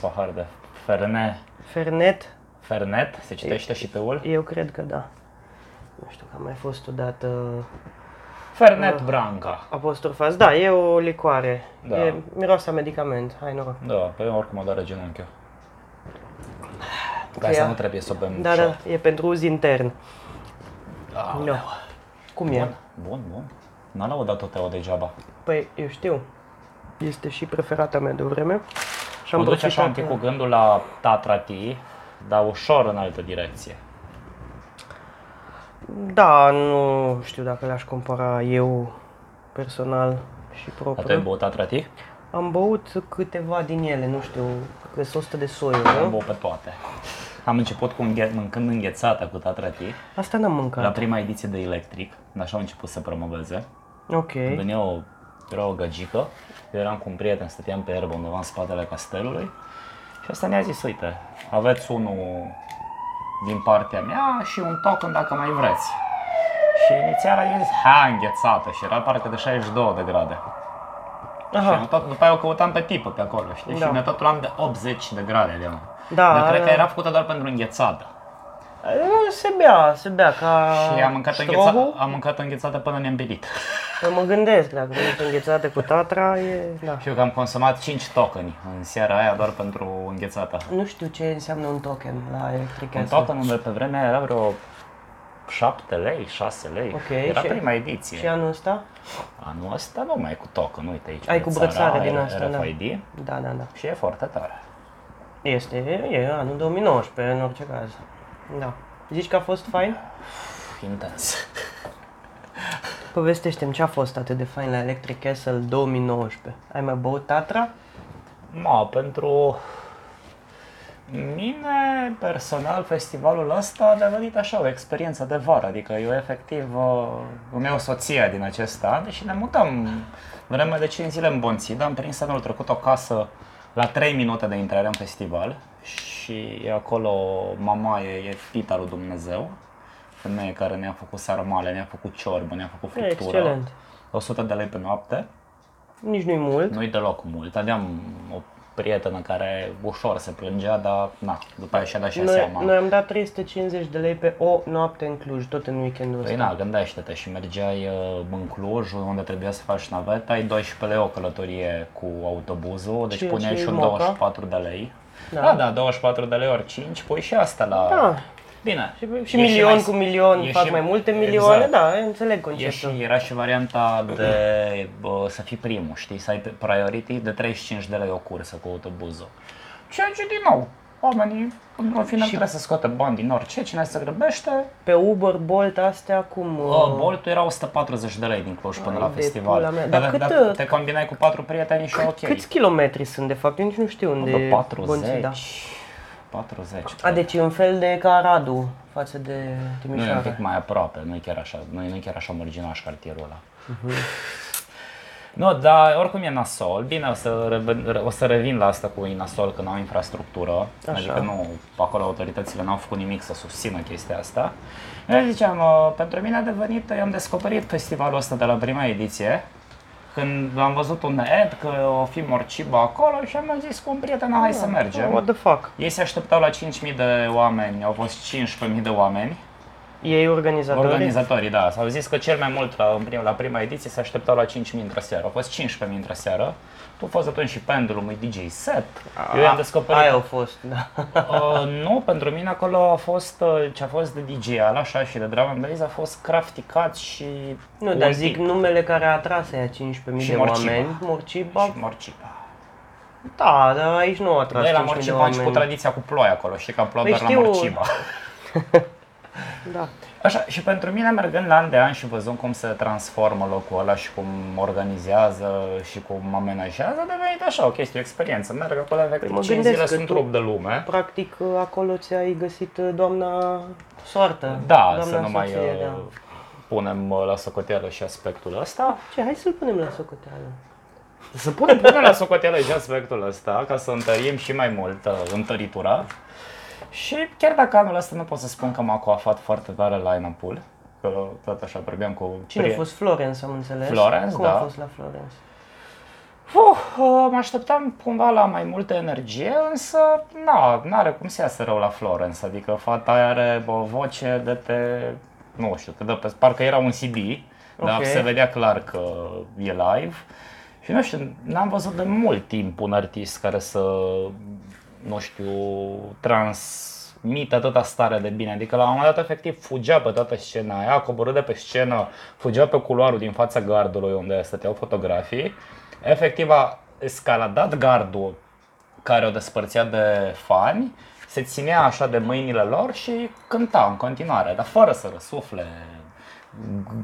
pahar de fernet. Fernet, Fernet, se citește și pe ul? eu cred că da. Nu știu, că a mai fost odată Ah. Fernet Branca. apostrofaz. Da, e o licoare. Da. E miroase a medicament. Hai noroc. Da, pe oricum o doare genunchiul. Ca Că să ea- nu trebuie să o bem Da, shot. da, e pentru uz intern. Aoleu. No. Cum e? Ah, Bun, bun, bun. N-a laudat-o Teo degeaba. Păi, eu știu. Este și preferata mea de o vreme. Și Mă duce așa un profitat- da. pic cu gândul la Tatra Tea, dar ușor în altă direcție. Da, nu știu dacă le-aș compara eu personal și Dar tu ai propriu. băut Tatra Tea? Am băut câteva din ele, nu știu, că sunt 100 de soiuri, Am nu? băut pe toate. Am început cu înghe- mâncând înghețata cu Tatra Tea, Asta n-am la mâncat. prima ediție de Electric, așa au început să promoveze. Ok. Când Venea o, era o găgică, eu eram cu un prieten, stăteam pe erbă undeva în spatele castelului și asta ne-a zis, uite, aveți unul din partea mea și un token dacă mai vreți. Și inițial a zis, ha, înghețată și era parcă de 62 de grade. Și Aha, eu tot, după aia o căutam pe tipă pe acolo, știi? Da. Și ne tot luam de 80 de grade de mă. Da, Dar cred da. că era făcută doar pentru înghețată. E, se bea, se bea ca Și am mâncat, înghețată, strohul. am mâncat înghețată până ne-am bilit. Păi mă gândesc, dacă mănânci înghețată cu tatra, e... Da. Și eu că am consumat 5 tokeni în seara aia doar pentru înghețată. Nu știu ce înseamnă un token la Electric Un Castle. token unde pe vremea aia era vreo 7 lei, 6 lei. Ok, era și- prima Și ediție. anul ăsta? Anul ăsta nu mai e cu token, uite aici. Ai cu brățară din R- asta, da. RFID Da, da, da. și e foarte tare. Este, e, e anul 2019, în orice caz. Da. Zici că a fost fain? Pf, Intens. Povestește-mi ce a fost atât de fain la Electric Castle 2019. Ai mai băut Tatra? Ma, pentru mine, personal, festivalul ăsta a devenit așa o experiență de vară, adică eu efectiv uh, îmi iau soția din acest an și ne mutăm vreme de 5 zile în Bonțida, am prins anul trecut o casă la 3 minute de intrare în festival și e acolo mama e, e tita lui Dumnezeu, femeie care ne-a făcut sarmale, ne-a făcut ciorbă, ne-a făcut E, friptură, excelent. 100 de lei pe noapte. Nici nu-i mult. Nu-i deloc mult. Aveam o prietenă care ușor se plângea, dar na, după aia și-a dat și noi, Noi, seama. noi Noi... am dat 350 de lei pe o noapte în Cluj, tot în weekendul Păi ăsta. na, gândește-te și mergeai uh, în Cluj, unde trebuia să faci naveta, ai 12 lei o călătorie cu autobuzul, deci Și- puneai și și un moca. 24 de lei. Da. Da. da, 24 de lei ori 5, pui și asta la... Da. Bine. Și, și e milion mai- cu milion, e fac și- mai multe milioane, exact. da, înțeleg E conceptul. și, era și varianta de bă, să fii primul, știi, să ai pe- priority de 35 de lei o cursă cu autobuzul. Ceea ce, din nou, oamenii, într-un final, și... trebuie să scoată bani din orice, cine se grăbește. Pe Uber, Bolt, astea, uh, cum... Oh. Boltul era 140 de lei din Cluj până Ai la de festival. pula mea. Dar cât, uh, te combinai cu patru prieteni și ok. Câți kilometri sunt, de fapt? Eu nici nu știu unde Bă, e 40, Bonțida. 40. A, cred. deci e un fel de ca Radu față de Nu e un Timișoara. pic mai aproape, nu e chiar așa, nu e, nu e chiar așa mărginaș cartierul ăla. Mhm. Nu, dar oricum e nasol. Bine, o să, reven, o să revin la asta cu e nasol că n-au infrastructură. Așa. Adică nu, acolo autoritățile n-au făcut nimic să susțină chestia asta. Eu ziceam, uh, pentru mine a devenit, eu am descoperit festivalul ăsta de la prima ediție, când am văzut un ad că o fi morcibă acolo și am zis cu un prieten, "Na, hai Ah, să mergem. What the fuck? Ei se așteptau la 5.000 de oameni, au fost 15.000 de oameni. Ei organizatorii? Organizatorii, da. S-au zis că cel mai mult la, în prim, la prima ediție se așteptau la 5.000 într-o seară. Au fost 15.000 într-o seară. Tu a fost atunci și pendulum, e DJ set. Ah, Eu i-am descoperit. Aia au fost, da. Uh, nu, pentru mine acolo a fost, uh, ce a fost de DJ al așa și de drum and bass a fost crafticat și Nu, dar un zic tip. numele care a atras aia 15.000 Și de Morciba. oameni. Morciba. Și morciba. Da, dar aici nu a atras Noi la 5.000 de morciba am oameni. început tradiția cu ploaie acolo, știi că am plouat Păi doar la știu. morciba. Da. Așa, și pentru mine, mergând la an de an și văzând cum se transformă locul ăla și cum organizează și cum amenajează, a devenit așa o chestie, o experiență. Merg acolo, efectiv, Păi mă 5 gândesc zile că sunt tu- trup de lume. Practic, acolo ți-ai găsit uh, doamna soartă. Da, doamna să nu mai soție, uh, da. punem uh, la socoteală și aspectul ăsta. Ce, hai să-l punem la socoteală. Să punem, punem la socoteală și aspectul ăsta, ca să întărim și mai mult uh, întăritura. Și chiar dacă anul ăsta nu pot să spun că m-a coafat foarte tare line-up-ul, că tot așa vorbeam cu Cine a prieteni. fost Florence, am înțeles. Florence, Cum a da. fost la Florence? Uh, uh, mă așteptam cumva la mai multă energie, însă na, n-are cum să iasă rău la Florence, adică fata aia are o voce de pe, nu știu, că de pe, parcă era un CD, okay. dar Ok. se vedea clar că e live. Și nu știu, n-am văzut de mult timp un artist care să, nu știu, transmite atâta stare de bine. Adică la un moment dat efectiv fugea pe toată scena aia, coborâ de pe scenă, fugea pe culoarul din fața gardului unde stăteau fotografii. Efectiv a escaladat gardul care o despărțea de fani, se ținea așa de mâinile lor și cânta în continuare, dar fără să răsufle,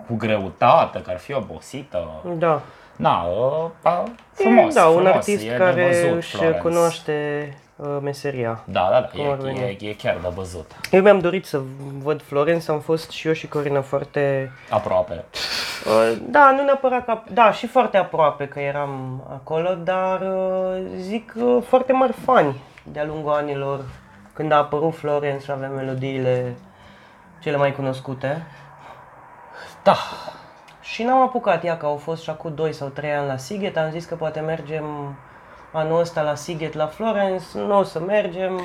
cu greutate, că ar fi obosită. Da. Na, ă, a, frumos, da, un frumos, artist e de care văzut, își Florence. cunoaște uh, meseria. Da, da, da, Cum ar veni. e, e, e chiar de văzut, Eu mi-am dorit să văd Florence, am fost și eu și Corina foarte... aproape. Uh, da, nu neapărat ca... Da, și foarte aproape că eram acolo, dar uh, zic uh, foarte mari fani de-a lungul anilor. Când a apărut Florence și avem melodiile cele mai cunoscute. Da, Și n-am apucat ea, că au fost și acum 2 sau 3 ani la Sighet, am zis că poate mergem anul ăsta la Sighet, la Florence, nu o să mergem,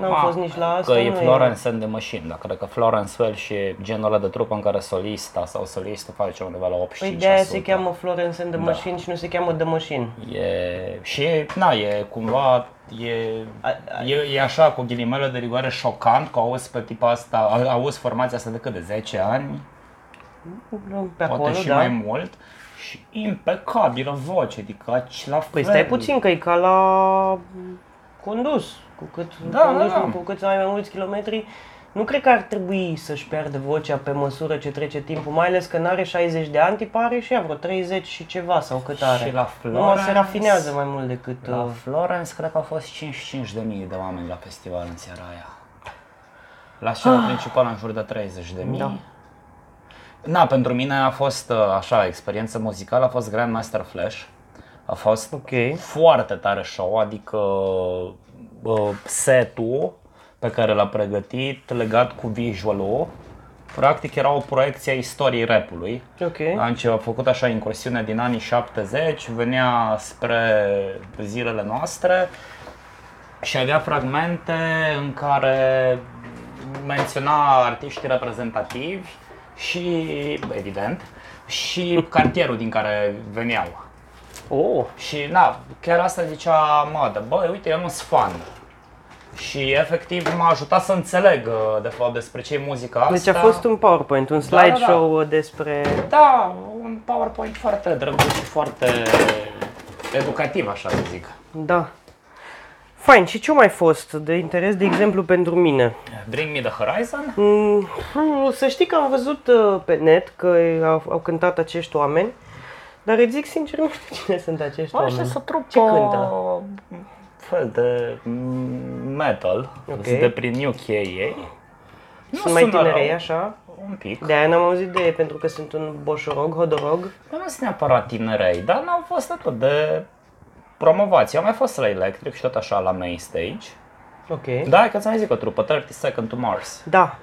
n-am Ma, fost nici la asta. Că e nu Florence and the Machine, dar cred că Florence Welch și genul ăla de trupă în care solista sau solistul face undeva la 85%. Păi de aia da. se cheamă Florence and the Machine și nu se cheamă The Machine. E, și, na, e cumva, e, A- e, e așa, cu ghilimele de rigoare, șocant că auzi pe tipa asta, a- auzi formația asta de cât de 10 ani, Pe poate acolo, și da. mai mult, și impecabilă voce, adică aci- la fel. Păi stai puțin că e ca la condus. Cu cât Da, condus, da, da. cu cât ai mai mulți kilometri, nu cred că ar trebui să-și pierde vocea pe măsură ce trece timpul, mai ales că n-are 60 de ani, tipare și ea vreo 30 și ceva sau cât are. Și la Numai se Florence- rafinează mai mult decât... La uh, Florence cred că au fost 55.000 de oameni la festival în seara aia. La scena principală în jur de 30.000. Ah. Da. Na, pentru mine a fost uh, așa, experiență muzicală, a fost Grandmaster Flash. A fost Ok. foarte tare show, adică uh, setul pe care l-a pregătit legat cu visual-ul, practic era o proiecție a istoriei rapului. Ok. A început, a făcut așa incursiune din anii 70, venea spre zilele noastre și avea fragmente în care menționa artiștii reprezentativi și, evident, și cartierul din care veneau. Oh. Și na, chiar asta zicea Mada, bă, uite, eu nu sunt fan. Și efectiv m-a ajutat să înțeleg, uh, de fapt, despre ce e muzica asta. Deci a fost un PowerPoint, un da, da. slideshow uh, despre... Da, un PowerPoint foarte drăguț și foarte educativ, așa să zic. Da. Fain, și ce mai fost de interes, de exemplu, pentru mine? Bring Me The Horizon? Mm, hmm, Să știi că am văzut uh, pe net că au, au cântat acești oameni, dar îți zic sincer, nu știu cine sunt acești Bă, oameni. și Păi, să trupă... Ce cântă? fel de mm, metal, Ok. okay. de prin UK ei. Nu Sunt mai sună tinerei, rău, așa? Un pic. De aia n-am auzit de ei, pentru că sunt un boșorog, hodorog. Dar nu sunt neapărat tinerei, dar n-au fost atât de promovați. Eu am mai fost la Electric și tot așa la main stage. Ok. Da, că ți-am mai zis că o trupă, 30 Second to Mars. Da,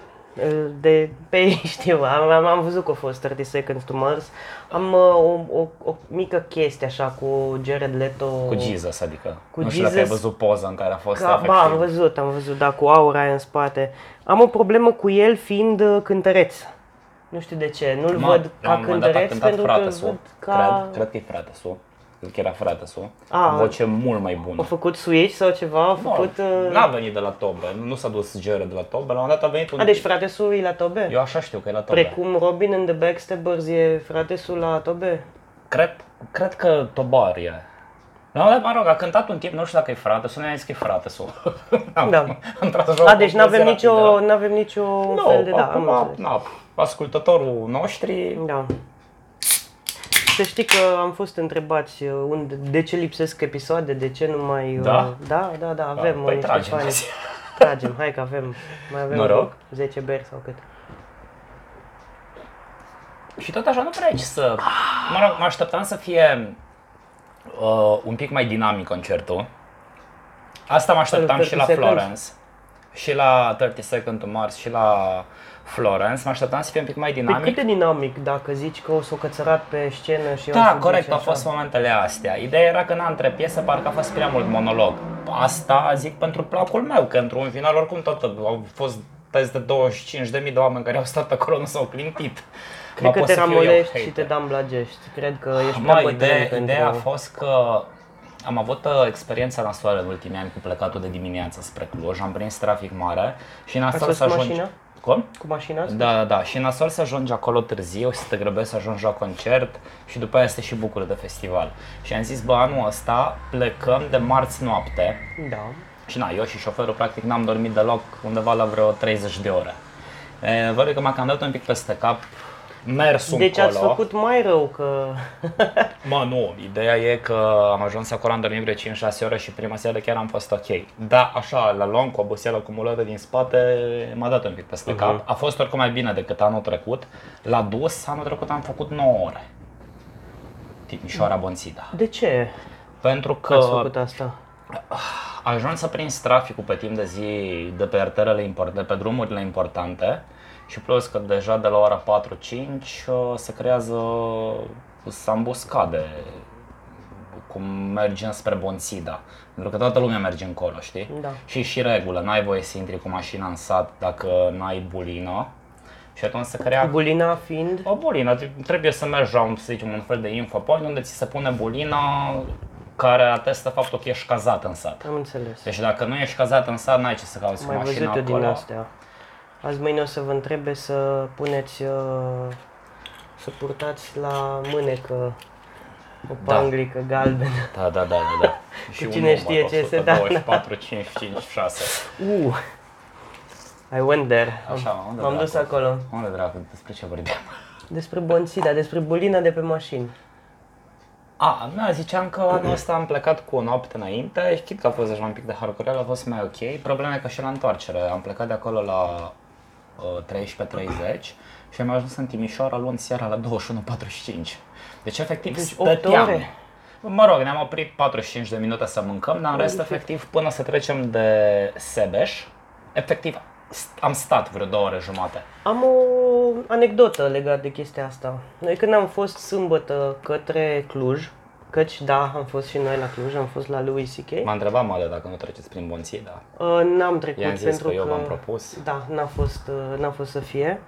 de pe ei știu, am, am, am văzut că a fost 30 Seconds to Mars. Am uh, o, o, o mică chestie așa cu Jared Leto. Cu Jesus, adică. Oh. Cu nu știu dacă ai Jesus- văzut poza în care a fost Ca, efectiv. ba, am văzut, am văzut, da, cu aura aia în spate. Am o problemă cu el fiind uh, cântăreț. Nu știu de ce, nu-l Ma, văd la ca un moment dat a cântăreț cântat pentru că frate îl su, văd ca... cred, cred că e frate su, cred că era frate su, A. voce mult mai bună. A făcut switch sau ceva, a făcut... Nu, uh, N-a venit de la Tobe, nu s-a dus Jared de la Tobe, la un moment dat a venit un... A, deci frate Su e la Tobe? Eu așa știu că e la Tobe. Precum Robin and the Backstabbers e frate Su la Tobe? Cred, cred că Tobar e. La un moment dat, mă rog, a cântat un timp, nu știu dacă e frate su, ne-a zis că e frate su. Am- Da. Am tras o A, deci n-avem concluzie nicio, rapidă. n-avem nicio Nu, fel de... Da, am acum, înțeles. na, ascultătorul noștri, Da. Să știi că am fost întrebați uh, unde, de ce lipsesc episoade, de ce nu mai... uh, Da? Da, da, da, avem uh, păi niște tragem fani. azi. Tragem, hai că avem, mai avem Noroc. vreo 10 beri sau cât. Păi Și tot așa nu prea aici să... Mă rog, mă așteptam să fie uh, un pic mai dinamic concertul. Asta mă așteptam Salut, și la 30 Florence. și la 30 Second to Mars și la Florence, mă așteptam să fie un pic mai Pe Păi cât dinamic. de dinamic dacă zici că o s-o cățărat pe scenă și o Da, fugit corect, și au așa? fost momentele astea. Ideea era că na, între piese parcă a fost prea mult monolog. Asta zic pentru placul meu, că într-un final oricum tot au fost peste 25.000 de oameni care au stat acolo, nu s-au clintit. Cred Mă, că pot te să fiu eu ramolești și hater. te damblagești. Cred că ești prea Mă, bătrân ideea, pentru... ideea a fost că am avut uh, experiența nasoală în ultimii ani cu plecatul de dimineață spre Cluj, am prins trafic mare și în asta fost să cu ajungi... mașina? Cum? Cu mașina asta? Da, da, da. Și nasol să ajungi acolo târziu, să te grăbești să ajungi la concert și după aia să te și bucură de festival. Și am zis, bă, anul ăsta plecăm de marți noapte Da. și na, eu și șoferul practic n-am dormit deloc undeva la vreo 30 de ore. E, vă rog că m-a cam dat un pic peste cap, mersul Deci încolo. ați făcut mai rău că... Mă, nu, ideea e că am ajuns acolo, am dormit vreo 5-6 ore și prima seară chiar am fost ok. Da, așa, la lung, cu oboseală acumulată din spate, m-a dat un pic peste Uh-huh. cap. A fost oricum mai bine decât anul trecut. La dus, anul trecut am făcut 9 ore. Timișoara Bonțida. De ce Pentru că ați făcut asta? ajuns să prinzi traficul pe timp de zi de pe arterele importante, de pe drumurile importante și plus că deja de la ora 4-5 uh, se creează sambuscade cum mergem spre Bonțida. Pentru că toată lumea merge încolo, știi? Da. Și și regulă, n-ai voie să intri cu mașina în sat dacă n-ai bulină. Și atunci se creează Bulina fiind... o bulină, tre- trebuie să mergi la un, să zicem, un fel de infopoint unde ți se pune bulina care atestă faptul că ești cazat în sat. Am înțeles. Deci dacă nu ești cazat în sat, n-ai ce să cauți cu Mai mașina văzut eu acolo. din astea. Azi mâine o să vă întrebe să puneți... uh, Să purtați la mânecă o Da. panglică galbenă. Da, da, da, da, da. și cine știe ce este, da, da. 24, 5, 5, 6. Uh! I went there. Am- Așa, unde M-am dus dracu? acolo. Unde dracu, despre ce vorbeam? Despre bonțida, despre bulina de pe mașini. A, nu, ziceam că anul ăsta am plecat cu o noapte înainte și chit că a fost deja un pic de hardcore, a fost mai ok. Problema e că și la întoarcere am plecat de acolo la uh, 13.30 și am ajuns în Timișoara luni seara la 21.45. Deci efectiv deci Deci, opt stăteam. ore. Mă rog, ne-am oprit 45 de minute să mâncăm, dar în rest efectiv până să trecem de Sebeș, efectiv st- am stat vreo două ore jumate. Am o anecdotă legată de chestia asta. Noi când am fost sâmbătă către Cluj, căci da, am fost și noi la Cluj, am fost la lui C.K. M-a întrebat Male dacă nu treceți prin Bonții, da. Uh, n-am trecut I-am zis pentru că eu v-am propus. Da, n-a fost, uh, n-a fost să fie.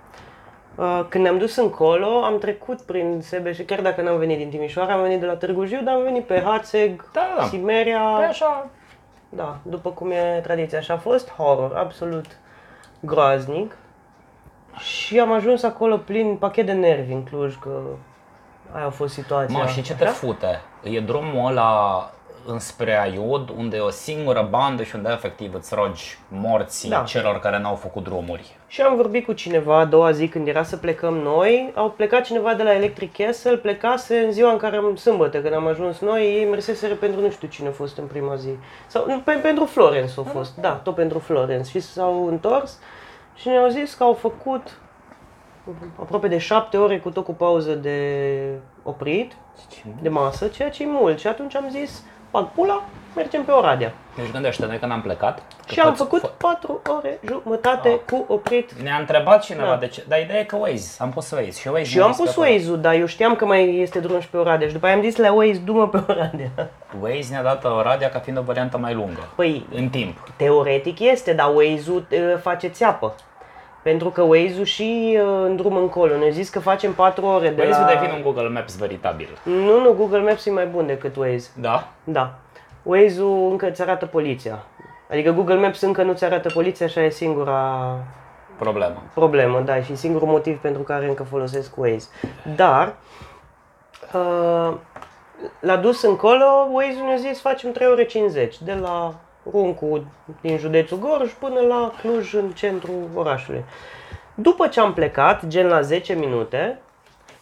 Uh, Când ne-am dus încolo, am trecut prin Sebeș, chiar dacă n-am venit din Timișoara, am venit de la Târgu Jiu, dar am venit pe Hațeg, Da, da. Simeria, Păi așa, Da, după cum e tradiția. Și a fost horror, absolut groaznic. Și am ajuns acolo plin pachet de nervi în Cluj, că aia a fost situația. Mă, și ce te fute? E drumul ăla înspre Aiud, unde e o singură bandă și unde efectiv îți rogi morții da. Da. celor care n-au făcut drumuri. Și am vorbit cu cineva a doua zi când era să plecăm noi, au plecat cineva de la Electric Castle, plecase în ziua în care am sâmbătă, când am ajuns noi, ei merseseră pentru nu știu cine a fost în prima zi. Sau nu, pe, pentru Florence Ah. au fost, da, tot pentru Florence. Și s-au întors și ne-au zis că au făcut aproape de șapte ore cu tot cu pauză de oprit, de masă, ceea ce e mult. Și atunci am zis, bag pula, mergem pe Oradea. Deci gândește-te că n-am plecat. că Și am fă- făcut fă- patru ore jumătate Ah. cu oprit Ne-a întrebat cineva Da. de ce, dar ideea e că Waze, am pus Waze și Waze Și eu ne-a am zis pus că acolo- Waze-ul, dar eu știam că mai este drum și pe Oradea și după aia am zis la Waze, du-mă pe Oradea. Waze ne-a dat Oradea ca fiind o variantă mai lungă, Păi, în timp. teoretic este, dar Waze-ul e, face țeapă. Pentru că Waze-ul și e, în drum încolo. Noi zis că facem 4 ore de Waze la... devine un Google Maps veritabil. Nu, nu, Google Maps e mai bun decât Waze. Da? Da. Waze-ul încă îți arată poliția. Adică Google Maps încă nu ți arată poliția, așa e singura Problemă. problemă, da, și singurul motiv pentru care încă folosesc Waze. Dar, uh, la dus încolo, Waze ne-a zis facem 3 ore 50 de la Runcu din județul Gorj până la Cluj în centrul orașului. După ce am plecat, gen la 10 minute,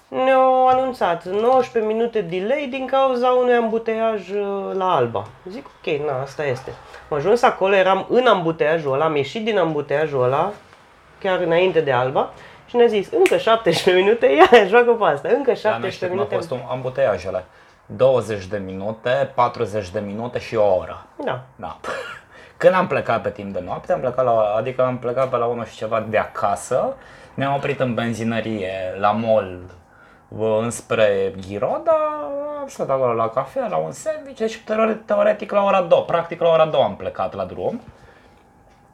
ne-au anunțat 19 minute delay din cauza unui ambuteiaj uh, la Alba. Zic, ok, na, asta este. Am ajuns acolo, eram în ambuteiajul ăla, am ieșit din ambuteiajul ăla, chiar înainte de Alba, și ne-a zis, încă 17 minute, ia, joacă pe asta, încă Dar nu știu 17 cum a minute. fost un ambuteiajele. 20 de minute, 40 de minute și o oră. Da, Da. Când am plecat pe timp de noapte, am plecat la, adică am plecat pe la 1 și ceva de acasă, ne-am oprit în benzinărie, la mall, bă, înspre Ghiroda, am stat acolo la cafea, la un sandwich, deci teore- teoretic la ora 2, practic la ora 2 am plecat la drum.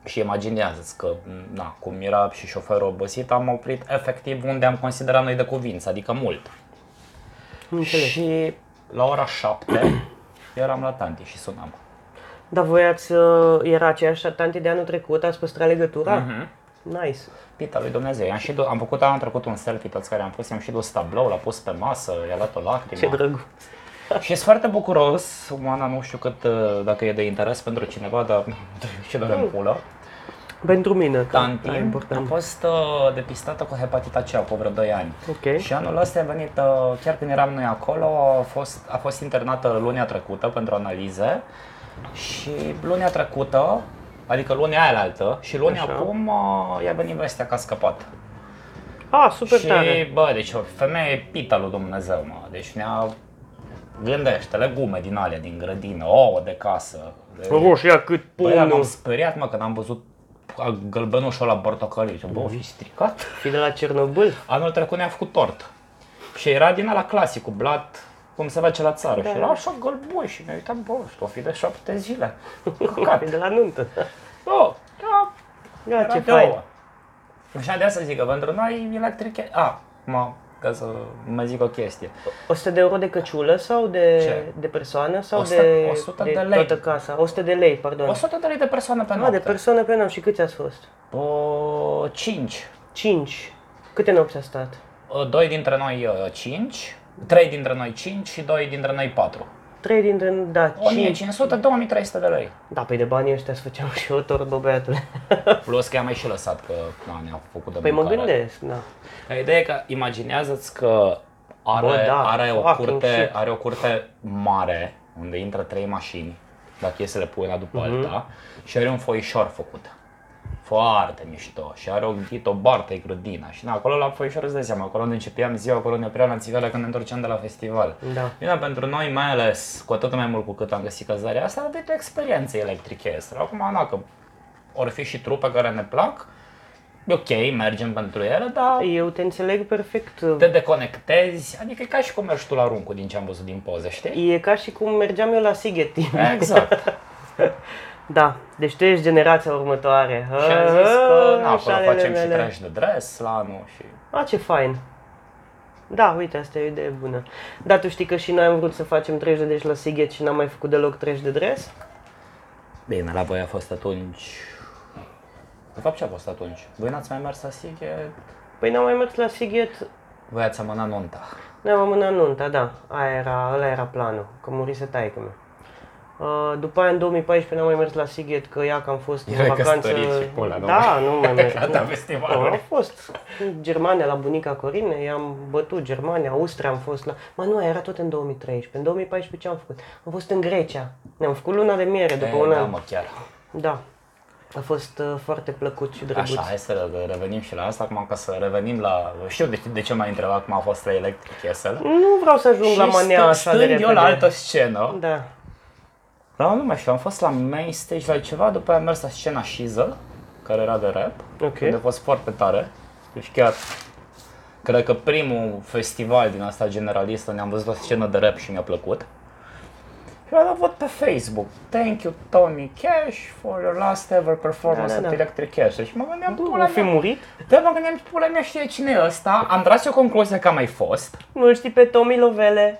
Și imaginează-ți că, na, cum era și șoferul obosit, am oprit efectiv unde am considerat noi de cuvință, adică mult. Înțeleg. Și la ora 7 eram la tanti și sunam. Dar voi ați, uh, era aceeași tanti de anul trecut, ați păstrat legătura? Nice. Pita lui Dumnezeu, i-am și dus, am făcut anul trecut un selfie toți care am fost, i-am și dus tablou, l-a pus pe masă, i-a dat o lacrimă. Ce drăguț. Și sunt foarte bucuros, Oana, nu știu cât, uh, dacă e de interes pentru cineva, dar ce doar în pulă. Pentru mine, că Tanti Mm. Da, e a important. fost uh, depistată cu hepatita C acum vreo 2 ani. Ok. Și anul ăsta a venit, uh, chiar când eram noi acolo, a fost, a fost internată lunea trecută pentru analize și lunea trecută, adică lunea aia la altă, și lunea Așa. acum uh, i-a venit vestea că a scăpat. Ah, super și, tare. bă, deci o femeie pita lui Dumnezeu, mă. Deci ne-a... Gândește, legume din alea, din grădină, ouă de casă. De... Roșia cât Băi, m-am pumnul. speriat, mă, când am văzut a- gălbenușul ăla portocaliu. Zice, Bă, o fi stricat? Fi de la Cernobâl? Anul trecut ne-a făcut tort. Și era din ala clasic, cu blat, cum se face la țară. Da. Și era așa gălbui și ne uitam, bă, o fi de șapte zile. Căcat. Fi de la nuntă. Bă, da, Ia, era ce de ouă. fain. Așa de asta zic că pentru noi electric... A, mă, ca să mă zic o chestie. 100 de euro de căciulă sau de, Ce? de persoană sau 100 de, 100 de, de lei. toată casa? 100 de lei, pardon. 100 de lei de persoană pe Ah, de noapte. persoană pe noapte. Și câți ați fost? O, 5. 5. Câte nopți a stat? Doi dintre noi 5, trei dintre noi 5 și doi dintre noi 4. 3 dintre... Da, 5. 1500, 2300 de lei. Da, păi de banii ăștia să făceam și o torbă, băiatule. Plus că i-am mai și lăsat că na, ne-a făcut de Păi mă mâncare. gândesc, da. Ideea e că imaginează-ți că are, Bă, da, are, o fucking curte, shit. are o curte mare unde intră trei mașini, dacă e să le pui una după Mhm. alta, și are un foișor făcut. Foarte mișto și are o ghit, o bartă, e grădina și na, acolo la foișor îți dai seama, acolo unde începeam ziua, acolo ne opream la țigară când ne întorceam de la festival. Da. Bine, pentru noi, mai ales, cu atât mai mult cu cât am găsit cazarea asta, a venit o experiență electrichestră. Acum, dacă ori fi și trupe care ne plac, e ok, mergem pentru ele, dar Eu te înțeleg perfect. te deconectezi, adică e ca și cum mergi tu la runcul din ce am văzut din poze, știi? E ca și cum mergeam eu la Sigeti. Exact. Da, deci tu ești generația următoare. și am zis că na, acolo Șalele facem și mele. trash de dress la anul și... A, ce fain. Da, uite, asta e o idee bună. Da, tu știi că și noi am vrut să facem 30 de deci la Sighet și n-am mai făcut deloc 30 de dres? Bine, la voi a fost atunci... De fapt, ce a fost atunci? Voi n-ați mai mers la Sighet? Păi n-am mai mers la Sighet, Voi ați amânat nunta. ne-am amânat nunta, da. Aia era, ăla era planul, că murise taică meu. Uh, după aia în 2014 n-am mai mers la Sighet, că ea că am fost Erai în vacanță. căsătorit și pula, nu da, mai- nu mai mers. Gata, Nu, festivalul. am fost în Germania la bunica Corine, i-am bătut Germania, Austria am fost la... Mă, nu, era tot în 2013. În 2014 ce am făcut? Am fost în Grecia. Ne-am făcut luna de miere după E, un da, an. mă, chiar. Da. A fost uh, foarte plăcut și drăguț. Așa, hai să re- revenim și la asta, acum ca să revenim la... Știu de, de ce m-ai întrebat cum a fost la Electric Castle. Nu vreau să ajung la Și manea stând- așa de stând repede. eu la altă scenă, Da. Da, nu mai știu, am fost la main stage la ceva, după aia am mers la scena Shizzle, care era de rap, Ok. unde a fost foarte tare. Deci chiar, cred că primul festival din asta generalist unde am văzut o scenă de rap și mi-a plăcut. Și l-am văd pe Facebook, thank you Tony Cash for your last ever performance Da, da, at da. Electric Cash. Și mă gândeam, Nu pula fi mea, murit? da, mă gândeam, pula mea știe cine e ăsta, am tras o concluzie că a mai fost. Nu știi pe Tomi Lovele?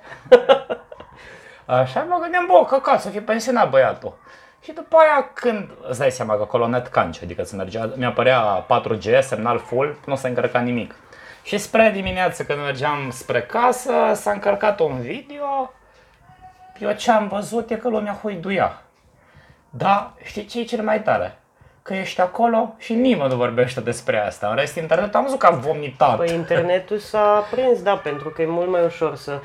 Așa mă gândeam, bă, căcat, să fi pensionat băiatul. Și după aia când, îți dai seama că acolo net canci, adică să mergea, mi apărea 4G, semnal full, nu se încărca nimic. Și spre dimineață când mergeam spre casă, s-a încărcat un video, eu ce am văzut e că lumea huiduia. Da, știi ce e cel mai tare? Că ești acolo și nimeni nu vorbește despre asta. În rest, internetul am văzut că a vomitat. Păi internetul s-a prins, da, pentru că e mult mai ușor să...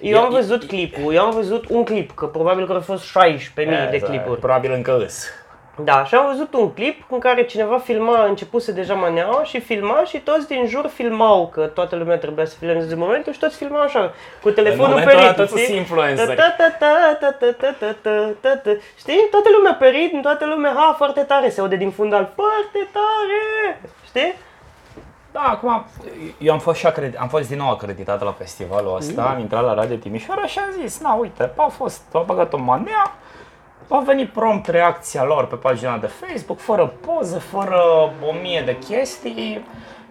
Eu am văzut clipul, eu am văzut un clip, că probabil că au fost 16.000 de Exact. clipuri. Probabil încă îs. Da, și am văzut un clip în care cineva filma, începuse deja maneaua și filma și toți din jur filmau că toată lumea trebuia să filmeze momentul și toți filmau așa, cu telefonul momentul pe ăla rit, toți sunt știi? influenceri. Ta, ta, ta, ta, ta, ta, ta, ta, ta, ta. Știi? Toată lumea pe ritm, toată lumea, ha, foarte tare, se aude din fundal, foarte tare, știi? Da, acum, eu am fost, și acredit, am fost din nou acreditat la festivalul ăsta, am intrat la Radio Timișoara și am zis, na, uite, a fost, a băgat o manea, a venit prompt reacția lor pe pagina de Facebook, fără poză, fără o mie de chestii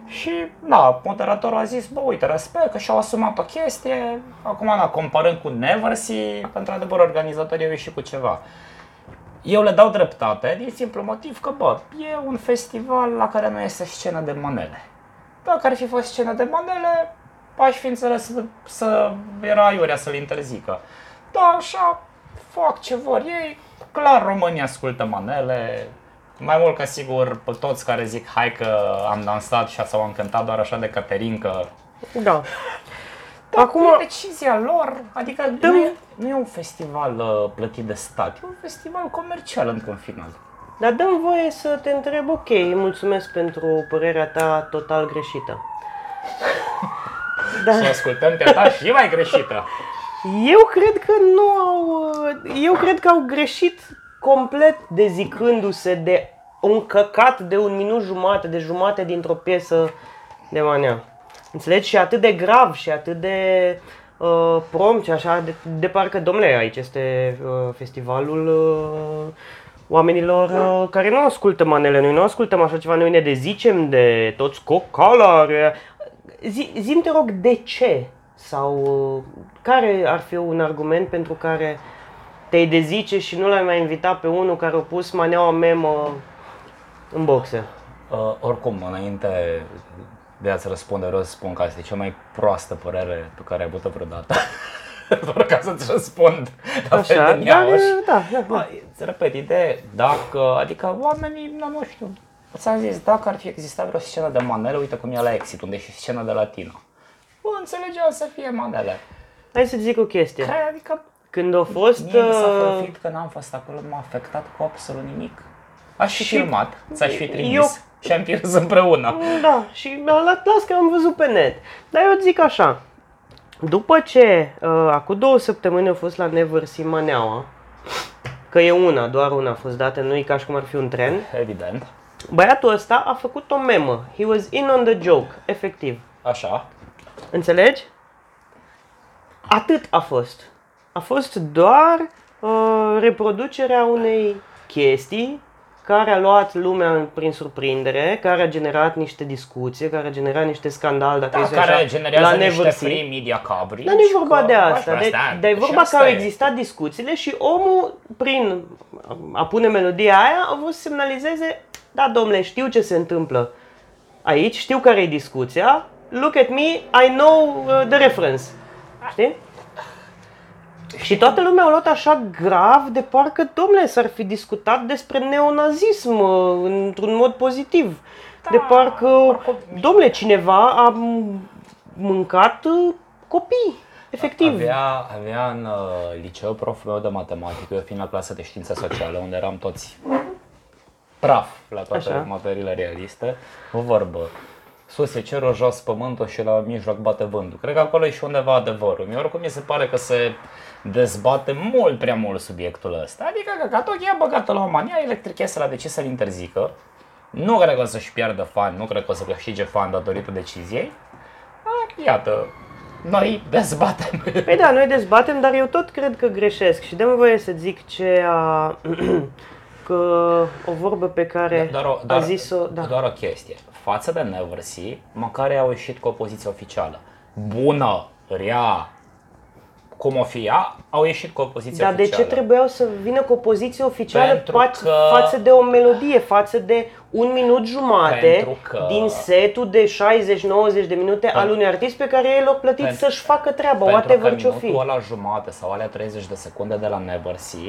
și, da, moderatorul a zis, bă, uite, respect că și-au asumat o chestie, acum, da, comparând cu Neversea, într-adevăr, organizatorii au ieșit cu ceva. Eu le dau dreptate din simplu motiv că, bă, e un festival la care nu este scenă de manele. Dacă ar fi fost scenă de manele, aș fi înțeles să, să era aiurea să-l interzică. Dar așa, fac ce vor ei. Clar, românii ascultă manele. Mai mult ca sigur, pe toți care zic, hai că am dansat și sau am cântat doar așa de Caterinca, Da. Acum, E decizia lor, adică Dăm- nu e, nu e un festival uh, plătit de stat, e un festival comercial într-un final. Dar dăm voie să te întreb, ok, mulțumesc pentru părerea ta total greșită. Da. Să ascultăm pe ta și e mai greșită. Eu cred că nu au... uh, Eu cred că au greșit complet dezicându-se de un căcat de un minut jumate, de jumate dintr-o piesă de manea. Înțelegi? Și atât de grav și atât de uh, prompt și așa, de, de parcă, domnule, aici este uh, festivalul uh, oamenilor uh, care nu ascultă manele. Noi nu ascultăm așa ceva, noi ne dezicem de toți cocalare. Zi, zim te rog de ce sau uh, care ar fi un argument pentru care te-ai dezice și nu l-ai mai invitat pe unul care a pus maneaua memă în boxe. Uh, oricum, înainte de a-ți răspunde, vreau să spun că asta e cea mai proastă părere pe care ai avut-o vreodată. Doar ca să-ți răspund la fel din dar, ea, uh, și- da, da, da. Da, îți repet, ideea, e dacă, adică oamenii, nu, nu știu, ți-am zis, dacă ar fi existat vreo scenă de manele, uite cum e la Exit, unde e și scena de latină. Bă, înțelegeam să fie manele. Hai să zic o chestie. Care, adică, Când a fost... mie mi s-a uh, fărfit că n-am fost acolo, nu m-a afectat cu absolut nimic. Aș fi Și- filmat, ți-aș fi trimis Eu- și am pierzut împreună. Da, și la las că am văzut pe net. Dar eu zic așa, după ce uh, acum două săptămâni a fost la Neversea Maneaua, că e una, doar una a fost dată, nu e ca și cum ar fi un tren, Evident. Băiatul ăsta a făcut o memă. He was in on the joke, efectiv. Așa. Înțelegi? Atât a fost. A fost doar uh, reproducerea unei chestii care a luat lumea prin surprindere, care a generat niște discuții, care a generat niște scandal, dacă Da, este care Deci așa, generează la niște Neversea. free media coverage. Dar nu e vorba Deci că- de Așa, asta, Deci, de, dar e și vorba că deci asta au e. existat discuțiile și omul, prin a pune melodia aia, a vrut să semnalizeze, da domnule, știu ce se întâmplă aici, știu care e discuția, look at me, I know uh, the reference, știi? Și toată lumea a luat așa grav de parcă, domnule, s-ar fi discutat despre neonazism uh, într-un mod pozitiv. Da, de parcă, domnule, cineva a m- mâncat uh, copii, efectiv. Avea, avea în uh, liceu proful meu de matematică, eu fiind la clasă de științe sociale, unde eram toți praf la toate Așa. Așa. materiile realiste, o vorbă. Sus e cerul, jos pământul și la mijloc bate vântul. Cred că acolo e și undeva adevărul. Mie oricum mi se pare că se dezbate mult prea mult subiectul ăsta. Adică că Catochi a băgat la o mania, Electric Castle a decis să-l interzică. Nu cred că o să-și piardă fan, nu cred că o să câștige fan datorită deciziei. Dar, Iată, noi dezbatem. Păi da, noi dezbatem, dar eu tot cred că greșesc și dăm voie să zic ce a... că o vorbă pe care Doar Da, o, Eh, a doar, zis-o... Da. doar o chestie. Față de Neversea, măcar ei au ieșit cu o poziție oficială. Bună, rea, cum o fi ea, au ieșit cu o poziție Dar Da, de oficială. ce trebuiau să vină cu o poziție oficială Pentru față, că- față de o melodie, față de un minut jumate Pentru că- din setul de 60-90 de minute al unui artist pe care ei l-au plătit Pentru- să-și facă treaba, Pentru că whatever ce-o minutul fi. ăla jumate sau alea 30 de secunde de la Neversea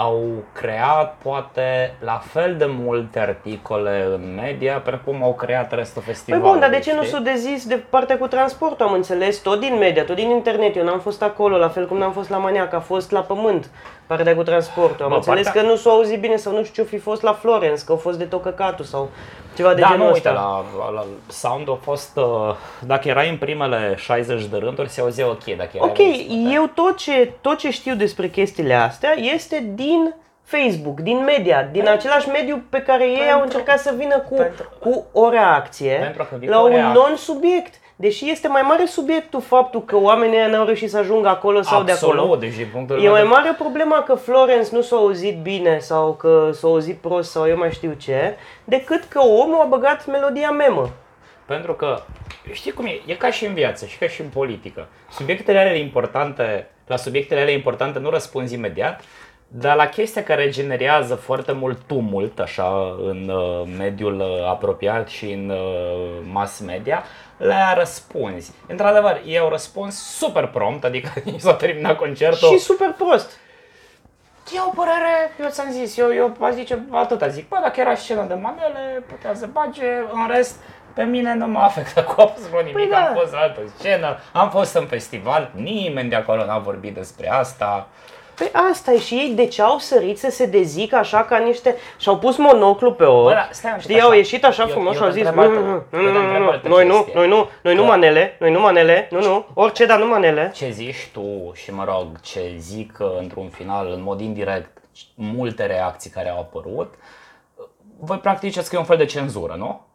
au creat poate la fel de multe articole în media precum au creat restul Păi festivalului. bun, dar de ce nu știi? s-o dezis de partea cu transportul, am înțeles? Tot din media, tot din internet. Eu n-am fost acolo, la fel cum n-am fost la Maniac, a fost la Pământ, partea cu transportul. Am Bă, înțeles partea- că nu s-o auzi bine sau nu știu ce fi fost la Florence, că au fost de tocăcatul sau ceva de da, genul nu, uite, ăsta. la, la Sound a fost, uh, dacă erai în primele 60 de rânduri, se auzea ok. Dacă erai Ok, în spate. eu tot ce, tot ce știu despre chestiile astea este din Facebook, din media, din același mediu pe care ei au încercat să vină cu, pentru- cu o reacție Pentru că vii la cu o un reacție. non-subiect. Deși este mai mare subiectul faptul că oamenii ăia n-au reușit să ajungă acolo sau de Absolut, acolo. deci din punctul E meu mai de mare problema că Florence nu s-a auzit bine sau că s-a auzit prost sau eu mai știu ce, decât că omul a băgat melodia memă. Pentru că știi cum e, e ca și în viață și ca și în politică. Subiectele alea importante, la subiectele alea importante nu răspunzi imediat, dar la chestia care generează foarte mult tumult așa în uh, mediul uh, apropiat și în uh, mass media, la răspunzi. Într-adevăr, ei au răspuns super prompt, adică i s-a terminat concertul. Și super prost. E o părere, eu ți-am zis, eu, eu aș zice atâta, zic, bă, dacă era scenă de manele, putea să bage, în rest, pe mine nu m-a afectat cu absolut nimic, da. am fost la altă scenă, am fost în festival, nimeni de acolo n-a vorbit despre asta. Păi asta e și ei de ce au sărit să se dezică așa ca niște... Și-au pus monoclu pe ochi, Bă, da, stai un pic știi, așa. au ieșit așa Eu- frumos eu și au te zis întreb altă- "Mm, mm, eu mm, te mm, întreb mm, altă Noi nu, chestie." noi nu, noi nu Că- manele, noi nu manele, nu, nu, orice, dar nu manele. Ce zici tu și, mă rog, ce zic uh, într-un final, în mod indirect, multe reacții care au apărut, voi practic ziceți că e un fel de cenzură, nu?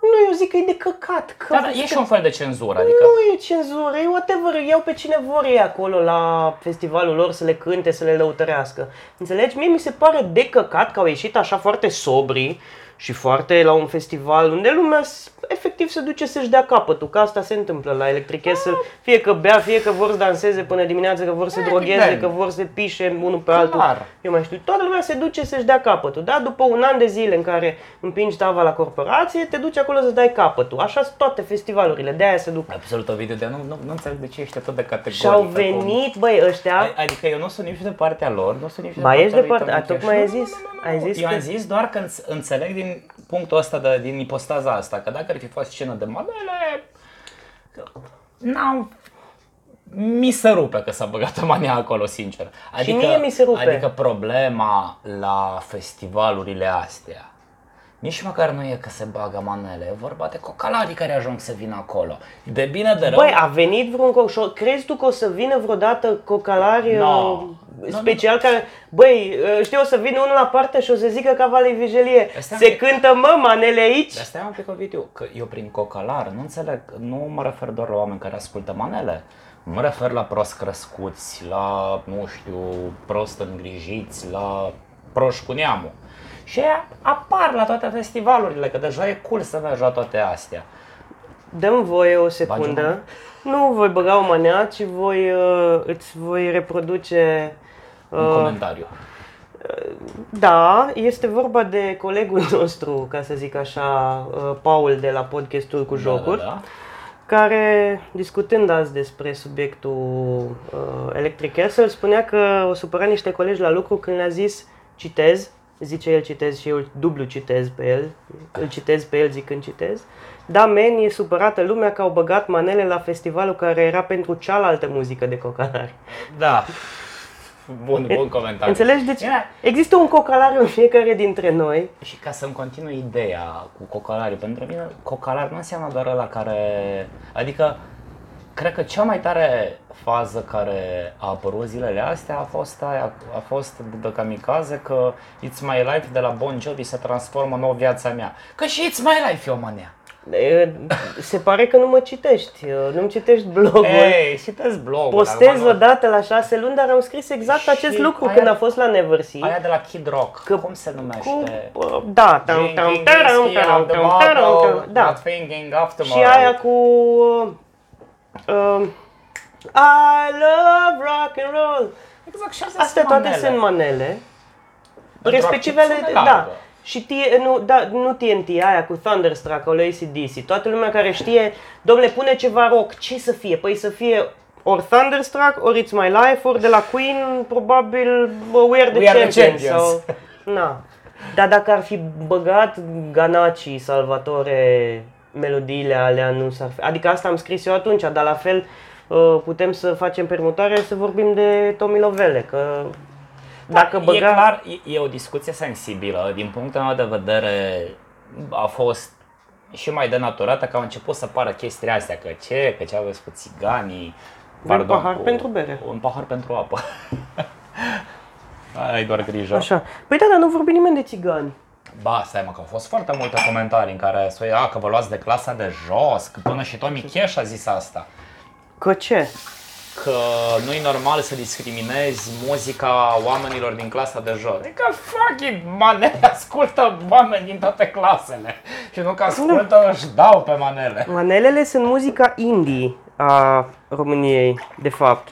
Nu, eu zic că e de căcat, că... Da, da, e și un fel de cenzură, adică... Nu e cenzură, e whatever, iau pe cine vor ei acolo la festivalul lor să le cânte, să le lăutărească. Înțelegi? Mie mi se pare de căcat că au ieșit așa foarte sobri și foarte la un festival unde lumea s- efectiv se duce să-și dea capătul, că asta se întâmplă la Electric Castle, Ah. fie că bea, fie că vor să danseze până dimineață, că vor să Evident. drogheze, că vor să pișe unul pe altul. Eh, Clar. Eu mai știu, toată lumea se duce să-și dea capătul, da? După un an de zile în care împingi tava la corporație, te duci acolo să-ți dai capătul. Așa sunt toate festivalurile, de aia se duc Absolut, Ovidiu, dar nu, nu, nu înțeleg de ce ești atât de categoric. și au acum. venit, băi, A- ăștia... Adică eu nu sunt nici de partea lor, nu sunt nici de Ba, partea ești de lui partea- Tomiceș. tocmai Nu, nu, ai zis. nu, nu, nu. Ai zis Eu am că- zis doar că înț- înțeleg din punctul ăsta, de, din ipostaza asta, că dacă ar fi fost scenă de manele, n-am mi se rupe că s-a băgat mania acolo, sincer. Adică, mie mi se rupe. Adică problema la festivalurile astea nici măcar nu e că se bagă manele, e vorba de cocalarii care ajung să vină acolo. De bine de rău, Băi, a venit vreun coșor. Crezi tu că o să vină vreodată cocalari No. uh, Nu, nu, special care... Băi, uh, știi, o să vină unul la parte și o să zică ca Valei Vigelie. Asta Se e- cântă, mă, manele aici? Dar stai un pic, Ovidiu, că eu prin cocalar nu înțeleg, nu mă refer doar la oameni care ascultă manele. Mă refer la prost crescuți, la, nu știu, prost îngrijiți, la proști cu neamul. Și aia apar la toate festivalurile, că deja e cool să mergi la toate astea. Dăm voie o secundă. Nu voi băga o manea, ci voi, uh, îți voi reproduce... uh, Un comentariu. Da, este vorba de colegul nostru, ca să zic așa, uh, Paul de la podcastul cu jocuri. Da, da, da. care, discutând azi despre subiectul uh, Electric Castle, spunea că o supăra niște colegi la lucru când le-a zis, citez, zice el citez și eu dublu citez pe el, îl citez pe el zicând citez, da, men, e supărată lumea că au băgat manele la festivalul care era pentru cealaltă muzică de cocalari. Da. Bun, bun comentariu. Înțelegi? Deci Era- există un cocalariu în fiecare dintre noi Și ca să-mi continui ideea cu cocalarii, pentru mine cocalar nu înseamnă doar ăla care... Adică, cred că cea mai tare fază care a apărut zilele astea a fost, aia, a fost de kamikaze că It's My Life de la Bon Jovi se transformă în o viața mea. Că și It's My Life e o manea. E, Se pare că nu mă citești, e, nu-mi citești blogul. Ei, citesc blogul. Postez acum nu- o dată la șase luni, dar am scris exact Și acest lucru aia- când a fost la Neversea. Aia de la Kid Rock, da. Că- cum se numește? Cu, bă, da, tam, tam, Drinking taram, whiskey taram, out the tam, taram, bottle, tam, da. not thinking of Și tomorrow. aia cu... uh, I love rock and roll. Exact, și Astea toate manele. sunt manele. Într-o Respectivele, acțiune da. largă. Și tie, nu, da, nu TNT, aia cu Thunderstruck, o lui ACDC. Toată lumea care știe, domnule, pune ceva rock, ce să fie? Păi să fie ori Thunderstruck, ori It's My Life, ori de la Queen, probabil bă, We Are The We Are The Champions. Champions. Sau... Na. Dar dacă ar fi băgat Ganaci, Salvatore, melodiile alea nu s-ar fi... Adică asta am scris eu atunci, dar la fel uh, putem să facem permutare să vorbim de Tomi Lovele, că dacă Da, e băga... clar, e, e o discuție sensibilă. Din punctul meu de vedere, a fost și mai denaturată că au început să apară chestiile astea, că ce, că ce aveți cu țiganii, pardon, pahar cu, pentru bere. Un pahar pentru apă. Ai doar grijă. Așa. Păi da, dar nu vorbi nimeni de țigani. Ba, stai mă, că au fost foarte multe comentarii în care s a, că vă luați de clasa de jos, că până și Tomi Cash a zis asta. Că ce? Că nu-i normal să discriminezi muzica oamenilor din clasa de jos. E că fucking manele ascultă oameni din toate clasele. Și nu că ascultă, își dau pe manele. Manelele sunt muzica indie a României, de fapt.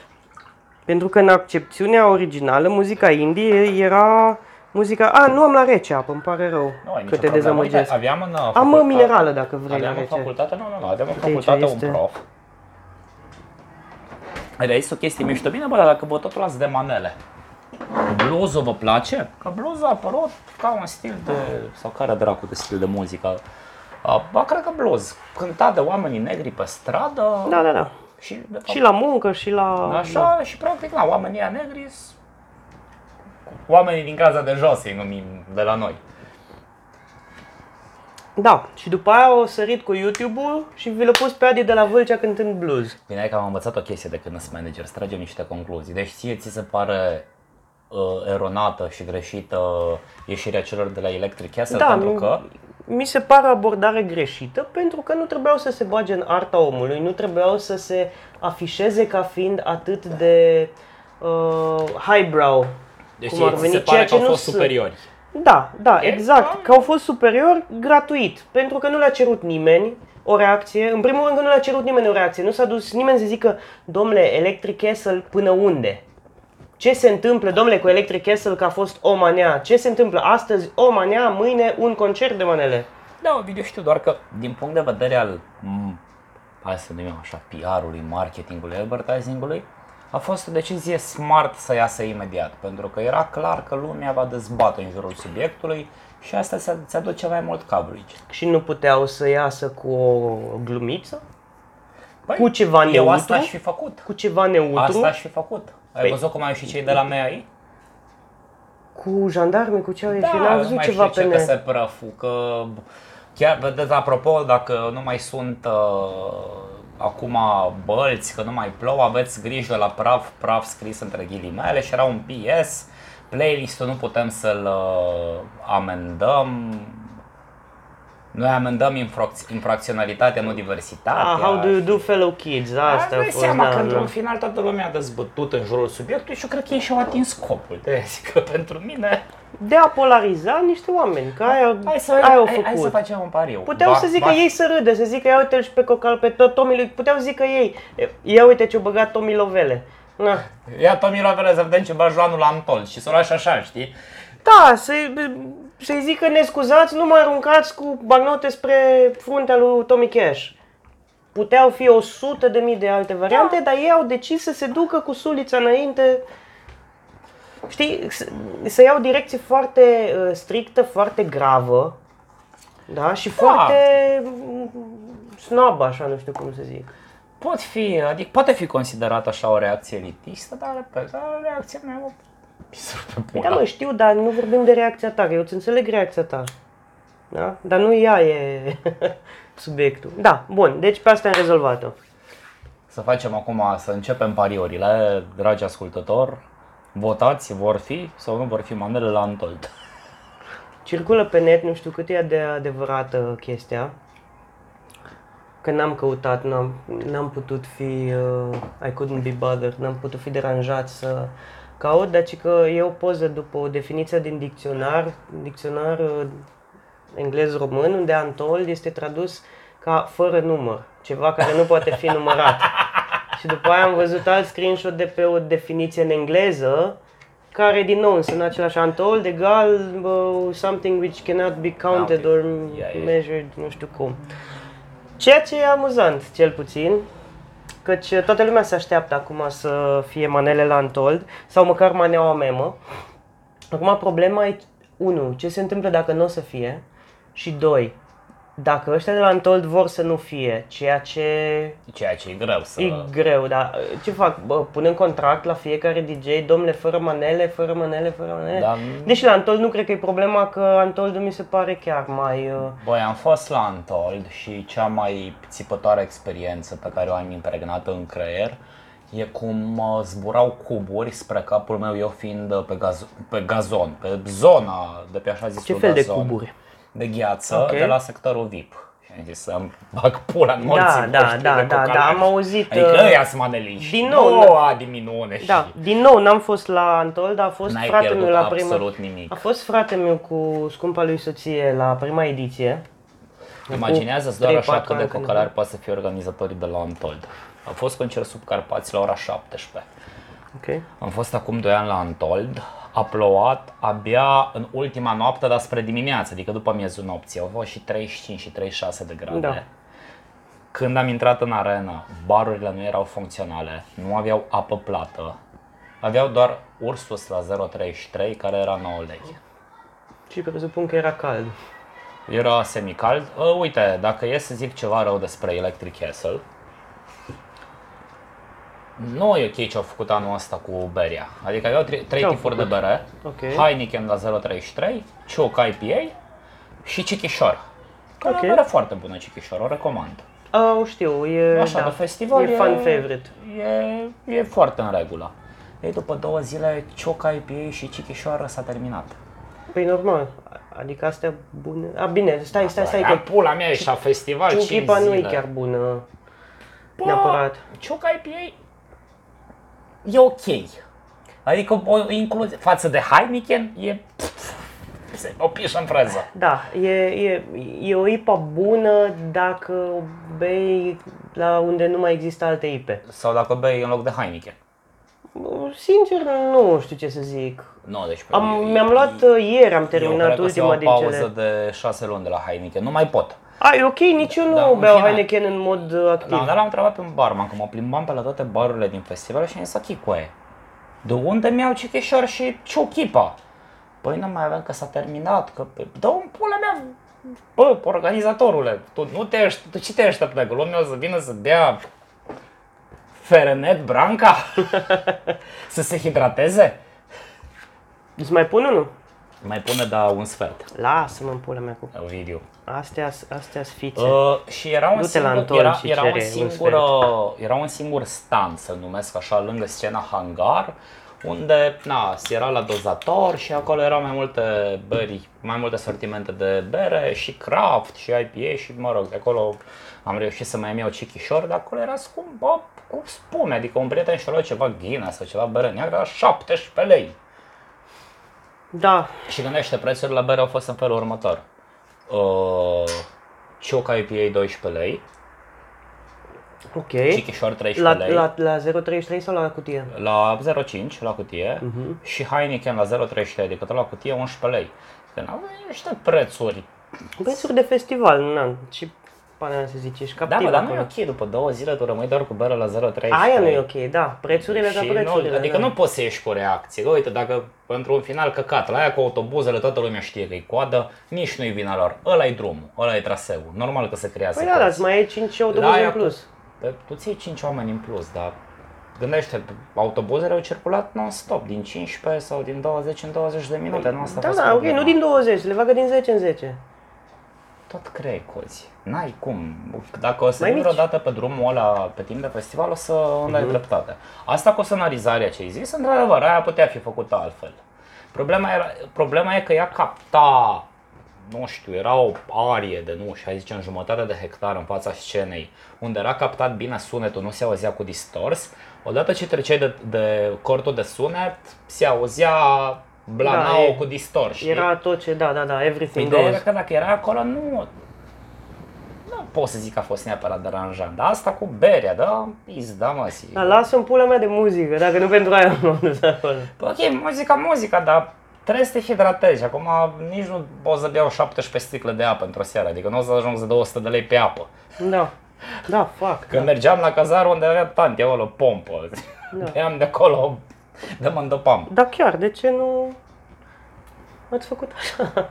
Pentru că în accepțiunea originală, muzica indie era muzica... A, nu am la rece apă, îmi pare rău Nu ai că nicio te problemă. Uite, dezamăgesc. aveam în uh, Am facultate- minerală dacă vrei la Aveam în rece. facultate, nu, nu, nu, aveam în Uite, aici facultate este. un prof. Ai zis o chestie mișto, bine bă, dar dacă vă tot luați de manele. Bluzul vă place? Că bluza a apărut ca un stil de, sau care dracu de stil de muzică? A, Ba, cred că blues, cântat de oamenii negri pe stradă Da, da, da. și, de fapt, Și la muncă, și la... da. Așa și practic, la oamenii ăia negri s- oamenii din casa de jos, îi numim de la noi. Da. Și după aia o sărit cu YouTube-ul și vi l-a pus pe Adi de la Vâlcea cântând blues. Bine, hai că am învățat o chestie de când sunt manager, să tragem niște concluzii. Deci ție ți se pare uh, eronată și greșită uh, ieșirea celor de la Electric Castle Da, pentru mi- că Mi se pare o abordare greșită pentru că nu trebuiau să se bage în arta omului, nu trebuiau să se afișeze ca fiind atât de uh, highbrow. deci cum ar ție ți se veni, pare ceea că au ce nu fost sunt. superiori. Da, da, E, exact. da. Că au fost superiori gratuit, pentru că nu le-a cerut nimeni o reacție. În primul rând că nu le-a cerut nimeni o reacție. Nu s-a dus nimeni să zică, domnule, Electric Castle până unde? Ce se întâmplă, domnule, cu Electric Castle că a fost o manea? Ce se întâmplă astăzi o manea, mâine un concert de manele? Da, Ovidiu, știu doar că din punct de vedere al, m, hai să numim așa, PR-ului, marketingului, advertisingului, a fost o decizie smart să iasă imediat, pentru că era clar că lumea va dezbate în jurul subiectului și asta se- se aduce mai mult coverage. Și nu puteau să iasă cu o glumiță? Păi, Cu ceva Eu neutru? asta aș fi făcut. Cu ceva neutru? Asta aș fi făcut. Ai Păi- văzut cum au ieșit cei de la MEI? Cu jandarmi, cu ce au ieșit? Deci N-am văzut Da, mai ceva știu pe ce că se net. Ah, prăfu, că chiar, vedeți, apropo, dacă nu mai sunt uh, acum bălți, că nu mai plouă, aveți grijă la praf, praf scris între ghilimele și era un PS, playlist-ul nu putem să-l uh, amendăm, noi amendăm infrac- infracționalitatea, nu diversitatea. Ah, how do you do fellow kids? Da, asta Asta a dai fost, seama da, că da. într-un final toată lumea a dezbătut în jurul subiectului și eu cred că ei și-au atins scopul. De zic că pentru mine, de a polariza niște oameni, că aia, hai să, aia au hai, făcut. hai să facem un pariu. Puteau Ba- să zică ba- ei să râdă, să zică ia uite-l și pe cocal pe tot Tommy lui, puteau să zică ei, ia uite ce-o băgat Tomi Lovele. Na. Ia Tomi Lovele să vedem ce bagi Joanul la Antol și să o lași așa, știi? Da, să-i, să-i zică ne scuzați, nu mă aruncați cu bagnote spre fruntea lui Tommy Cash. Puteau fi o sută de mii de alte variante, dar ei au decis să se ducă cu sulița înainte. Știi, s- să iau direcție foarte uh, strictă, foarte gravă. Da, și foarte mm, snob, așa, nu știu cum să zic. Pot fi, adică poate fi considerată așa o reacție elitistă, dar, repet, dar reacția mea o pisă pe Da, pula. mă, știu, dar nu vorbim de reacția ta, că eu îți înțeleg reacția ta. Da? Dar nu ea e subiectul. Da, bun, deci pe asta am rezolvat-o. Să facem acum, să începem pariurile, dragi ascultători. Votați, vor fi sau nu vor fi manele la Antold. Circulă pe net, nu știu cât e de adevărată chestia. Că n-am căutat, n-am, n-am putut fi, uh, I couldn't be bothered, n-am putut fi deranjat să caut, dar ci că e o poză după o definiție din dicționar, dicționar uh, englez-român, unde untold este tradus ca fără număr, ceva care nu poate fi numărat. Și după aia am văzut alt screenshot de pe o definiție în engleză, care din nou însemna același untold, egal uh, something which cannot be counted or Ia, ia. measured, nu știu cum. Ceea ce e amuzant, cel puțin, căci toată lumea se așteaptă acum să fie manele la Antold sau măcar maneaua memă. Acum problema e, unu, ce se întâmplă dacă nu o să fie și doi, dacă ăștia de la Antold vor să nu fie, ceea ce Ceea ce e greu să... e greu, dar ce fac? Bă, pun în contract la fiecare DJ, domnule, fără manele, fără manele, fără manele. Da. Deși la Antold nu cred că e problema, că Antold mi se pare chiar mai... uh, Băi, am fost la Antold și cea mai țipătoare experiență pe care o am impregnată în creier e cum uh, zburau cuburi spre capul meu, eu fiind uh, pe, gaz- pe gazon, pe zona de pe așa zis Ce fel de gazon, cuburi? De gheață, Ok. okay. de la sectorul VIP. Și am zis să-mi bag pula în morții Da, da, voștri da, de da, cocalari. da, am auzit, Adică uh, ăia sunt maneliști. din nou, Nu, a, de minune și... Da, din nou n-am fost la Antol, dar a fost N-ai fratele meu pierdut la prima... absolut nimic. A fost fratele meu cu scumpa lui soție la prima ediție. Imaginează-ți Cu doar trei, așa patru cât de ani da. când- cocalari poate să fie organizatorii de la Antold. A fost concert sub Carpați la ora 17. Ok. Am fost acum 2 ani la Antold, a plouat abia în ultima noapte, dar spre dimineață, adică după miezul nopții. Au fost și 35 și 36 de grade. Da. Când am intrat în arenă, barurile nu erau funcționale, nu aveau apă plată, aveau doar Ursus la 0,33 care era 9 lei. Și presupun că era cald. Era semicald. Uh, uite, dacă e să zic ceva rău despre Electric Castle, nu e ok ce au făcut anul ăsta cu beria. Adică aveau tre- trei Ce-au tipuri de bere. Ok. Heineken la 0,33, Ciuc IPA și Cichișor. Care Ok. okay. era foarte bună Cichișor, o recomand. A, o știu, e, Așa, da, la festival e fan favorite. E, e foarte în regulă. Ei, după două zile, Ciuc IPA și Cichișoară s-a terminat. Păi normal, adică astea bune... A, bine, stai, stai, stai, Ia că pula mea și la festival Ciuc 5 IPA nu e zile. chiar bună Bă, neapărat. Cioc IPA e ok. Adică o include față de Heineken e pf, se o pișă în freză. Da, e, e, e o IPA bună dacă o bei la unde nu mai există alte IPE. Sau dacă bei în loc de Heineken. Sincer, nu știu ce să zic. Nu, deci Am, mi-am luat uh, ieri, am terminat ultima din Eu cred că o pauză cele. de șase luni de la Heineken, nu mai pot. A, e ok, nici eu nu Da, în beau fine. Heineken în mod uh, La activ. un moment dat l-am întrebat pe un barman, că mă plimbam pe la toate barurile din festival și am zis, Chicoe, de unde mi-au cicheșor și ciuchipa? Păi nu mai aveam că s-a terminat, că păi, dă un pula mea, bă, organizatorule, tu nu te aș- tu ce te aștepți dacă lumea o să vină să bea Ferenet Branca? să se hidrateze? Îți mai pun unul? Mai pune, da, un sfert, Lasă-mă în pula mea cu... video. Astea astea fițe. Uh, și era un, Du-te la singur, Antol era, și era, un cere un singur, uh, era un singur stand, să numesc așa, lângă scena hangar, unde na, se era la dozator și acolo erau mai multe beri, mai multe sortimente de bere și craft și IPA și mă rog, de acolo am reușit să mai am eu cichișor, dar acolo era scump, bă, cum spune, adică un prieten și-a luat ceva ghina sau ceva bere neagră la 17 lei. Da, Și gândește, prețurile la bere au fost în felul următor. Uh, Cioca IPA 12 lei, ok. Chichișor 13 La, lei. la, la 033 sau la cutie? la 0,5 la cutie Mhm. uh-huh. și Heineken la 0,33, adică tot la cutie 11 lei. Când avem niște prețuri. Prețuri de festival, na, și pana mea se zice, ești Da, captiv bă, dar nu acolo. e ok, după două zile tu rămâi doar cu bere la 0,33. Aia nu e ok, da, prețurile ca Și nu, prețurile. adică da. nu poți să ieși cu reacție. Că, Uite, dacă într-un final căcat, la aia cu autobuzele, toată lumea știe că e coadă, nici nu-i vina lor. Ăla e drumul, ăla e traseul. Normal că se creează Păi da, cozi. dar îți mai e 5 La autobuze aia în cu- plus. Dar Tu ții 5 oameni în plus, dar gândește, autobuzele au circulat non-stop, din 15 sau din 20 în 20 de minute. Nu asta a Da, fost da, ok, problema. nu din 20, le facă din 10 în 10. Tot crecozi. N-ai cum. Dacă o să Mai vii mici. Mhm. vreodată pe drumul ăla pe timp de festival, o să îmi dai dreptate. Asta cu sonorizarea ce ai zis, într-adevăr, aia putea fi făcută altfel. Problema, era, problema e că ea capta, nu știu, era o arie de, nu știu, hai zicem, jumătate de hectar în fața scenei, unde era captat bine sunetul, nu se auzea cu distors. Odată ce treceai de, de cortul de sunet, se auzea blanao Da, e- cu distors. știi? Era tot ce, da, da, da, everything Păi Ideea era goes. că dacă era acolo, nu... Nu pot să zic că a fost neapărat deranjant, dar asta cu berea, da, pizda mă, si. Da, lasă în pula mea de muzică, dacă nu pentru aia mă dus acolo. Bă, Ok, muzica, muzica, dar trebuie să te hidratezi. Acum nici nu o să beau 17 sticle de apă într-o seară, adică nu o să ajung să 200 de lei pe apă. Da. Da, fac. Când mergeam la cazar unde avea tante acolo pompă. Da. Beam de acolo, de mă îndopam. Dar chiar, de ce nu ați făcut așa?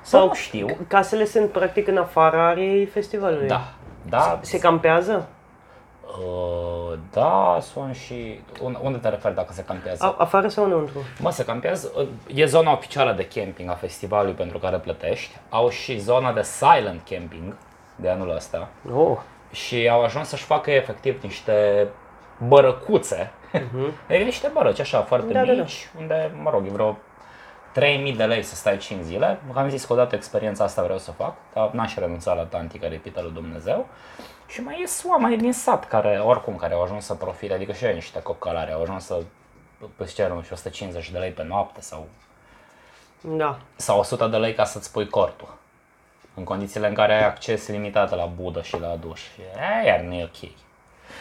Sau nu știu. Casele sunt practic în afara ariei festivalului. Da. Da, Se campează? uh, da, sunt și... un- Unde te referi dacă se campează? A, afară sau înăuntru? Mă, se campează. E zona oficială de camping a festivalului pentru care plătești. Au și zona de silent camping de anul ăsta. Oh. Și au ajuns să-și facă efectiv niște bărăcuțe. Uh-huh. E niște bărăci așa foarte Mhm. Da, da, da, da. mici, da, da. unde, mă rog, e vreo 3000 de lei să stai 5 zile. Am zis că odată experiența asta vreau să o fac, dar n-aș renunța la tanti care e pita lui Dumnezeu. Și mai ies oameni din sat care, oricum, care au ajuns să profite, adică și ei niște cocalare, au ajuns să îți cer nu știu, 150 de lei pe noapte sau, Da. sau 100 de lei ca să-ți pui cortul. În condițiile în care ai acces limitat la budă și la duș. E, iar nu e ok.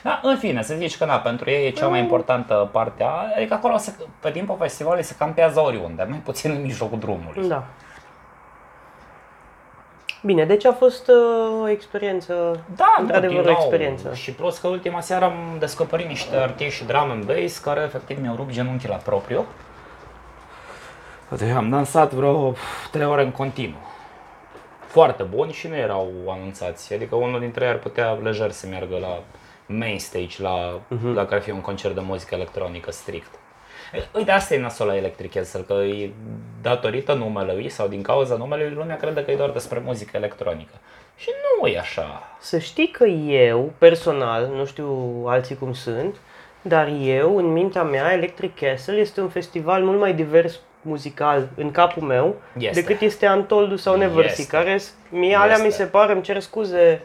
Da, în fine, să zici că na, pentru ei e cea mai importantă parte, a, adică acolo se, pe timpul festivalului se campează oriunde, mai puțin în mijlocul drumului. Da. Bine, deci a fost uh, o experiență. Da, Într-adevăr, din nou. o experiență. Și plus că ultima seară am descoperit niște artiști drum and bass care efectiv mi-au rupt genunchii la propriu. Deci am dansat vreo 3 ore în continuu. Foarte buni și nu erau anunțați. Adică unul dintre ei ar putea lejer să meargă la main stage, la, uh-huh. Mhm. dacă ar fi un concert de muzică electronică strict. Uite, asta e nasul la Electric Castle, că e datorită numelui sau din cauza numelui, lumea crede că e doar despre muzică electronică. Și nu e așa. Să știi că eu, personal, nu știu alții cum sunt, dar eu, în mintea mea, Electric Castle este un festival mult mai divers muzical în capul meu Este. decât este Antoldu sau Neversi, Este. care s- mie alea Este. mi se par, îmi cer scuze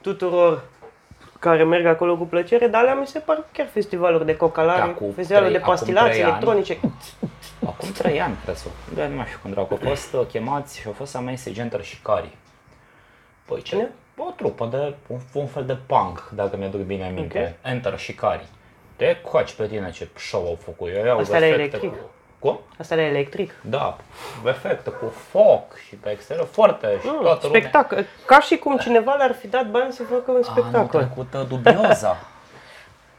tuturor care merg acolo cu plăcere, dar alea mi se par chiar festivaluri de cocalare, Acum festivaluri Da, trei- de acum pastilații trei ani. electronice. Acum trei ani, presu. Da, nu mai știu când dracu. Au fost uh, chemați și au fost Amazing Genter și Cari. Păi ce? Cine? O trupă de un, un fel de punk, dacă mi-aduc bine aminte. Okay. Enter și Cari. Te coaci pe tine ce show au făcut. Eu iau Asta era efecte electric. Cu... Cum? Asta era electric. Da, efecte cu foc și pe exterior, foarte și Mm, toată lumea. spectacol. Ca și cum cineva le-ar fi dat bani să facă un Anul spectacol. trecut uh, dubioza.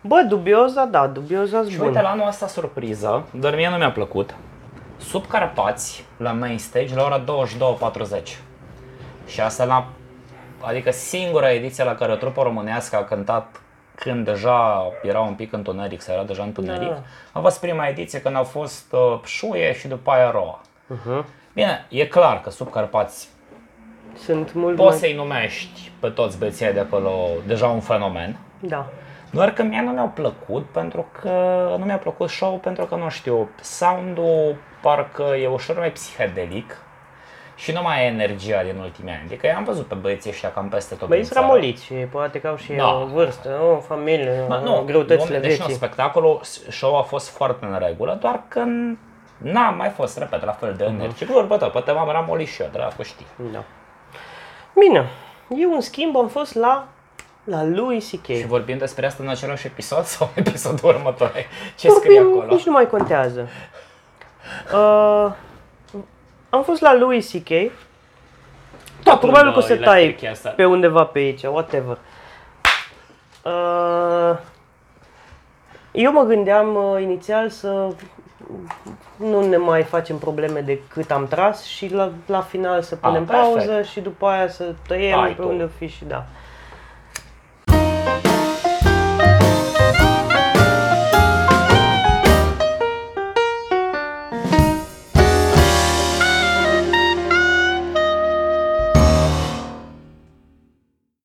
Bă, dubioza, da, dubioza Și uite, bun. la anul asta surpriză, dar mie nu mi-a plăcut. Sub Carpați, la main stage, la ora 22.40. Și asta la... Adică singura ediție la care o trupă românească a cântat când deja era un pic întuneric, sau era deja întuneric, Da. da. a fost prima ediție când au fost uh, Șuie și după aia Roa. Uh-huh. Bine, e clar că sub Carpați Sunt mult poți mai... să-i numești pe toți băieții de acolo deja un fenomen. Da. Doar că mie nu mi-au plăcut pentru că nu mi-a plăcut show pentru că nu știu, sound-ul parcă e ușor mai psihedelic și nu mai e energia din ultimii ani. Adică am văzut pe băieții ăștia cam peste tot. Băi, în sunt țară. ramoliți și poate că au și Da. o vârstă, o familie, Ba, nu, greutățile nu, deci nu, vieții. spectacolul, show a fost foarte în regulă, doar că n- n-a mai fost, repet, la fel Mhm. de energic. Mm-hmm. Bă, da, poate m-am ramolit și eu, dracu știi. Da. Bine, eu în schimb am fost la, la Louis C.K. Și vorbim despre asta în același episod sau în episodul următor? Ce scrie Vorbim, acolo? nici nu mai contează. Uh, am fost la Louis C.K. Da, probabil că o să Electric tai Castle. pe undeva pe aici, whatever. Uh, eu mă gândeam uh, inițial să nu ne mai facem probleme de cât am tras și la, la final să punem Ah, perfect. pauză și după aia să tăiem Hai pe tu. unde fi și da.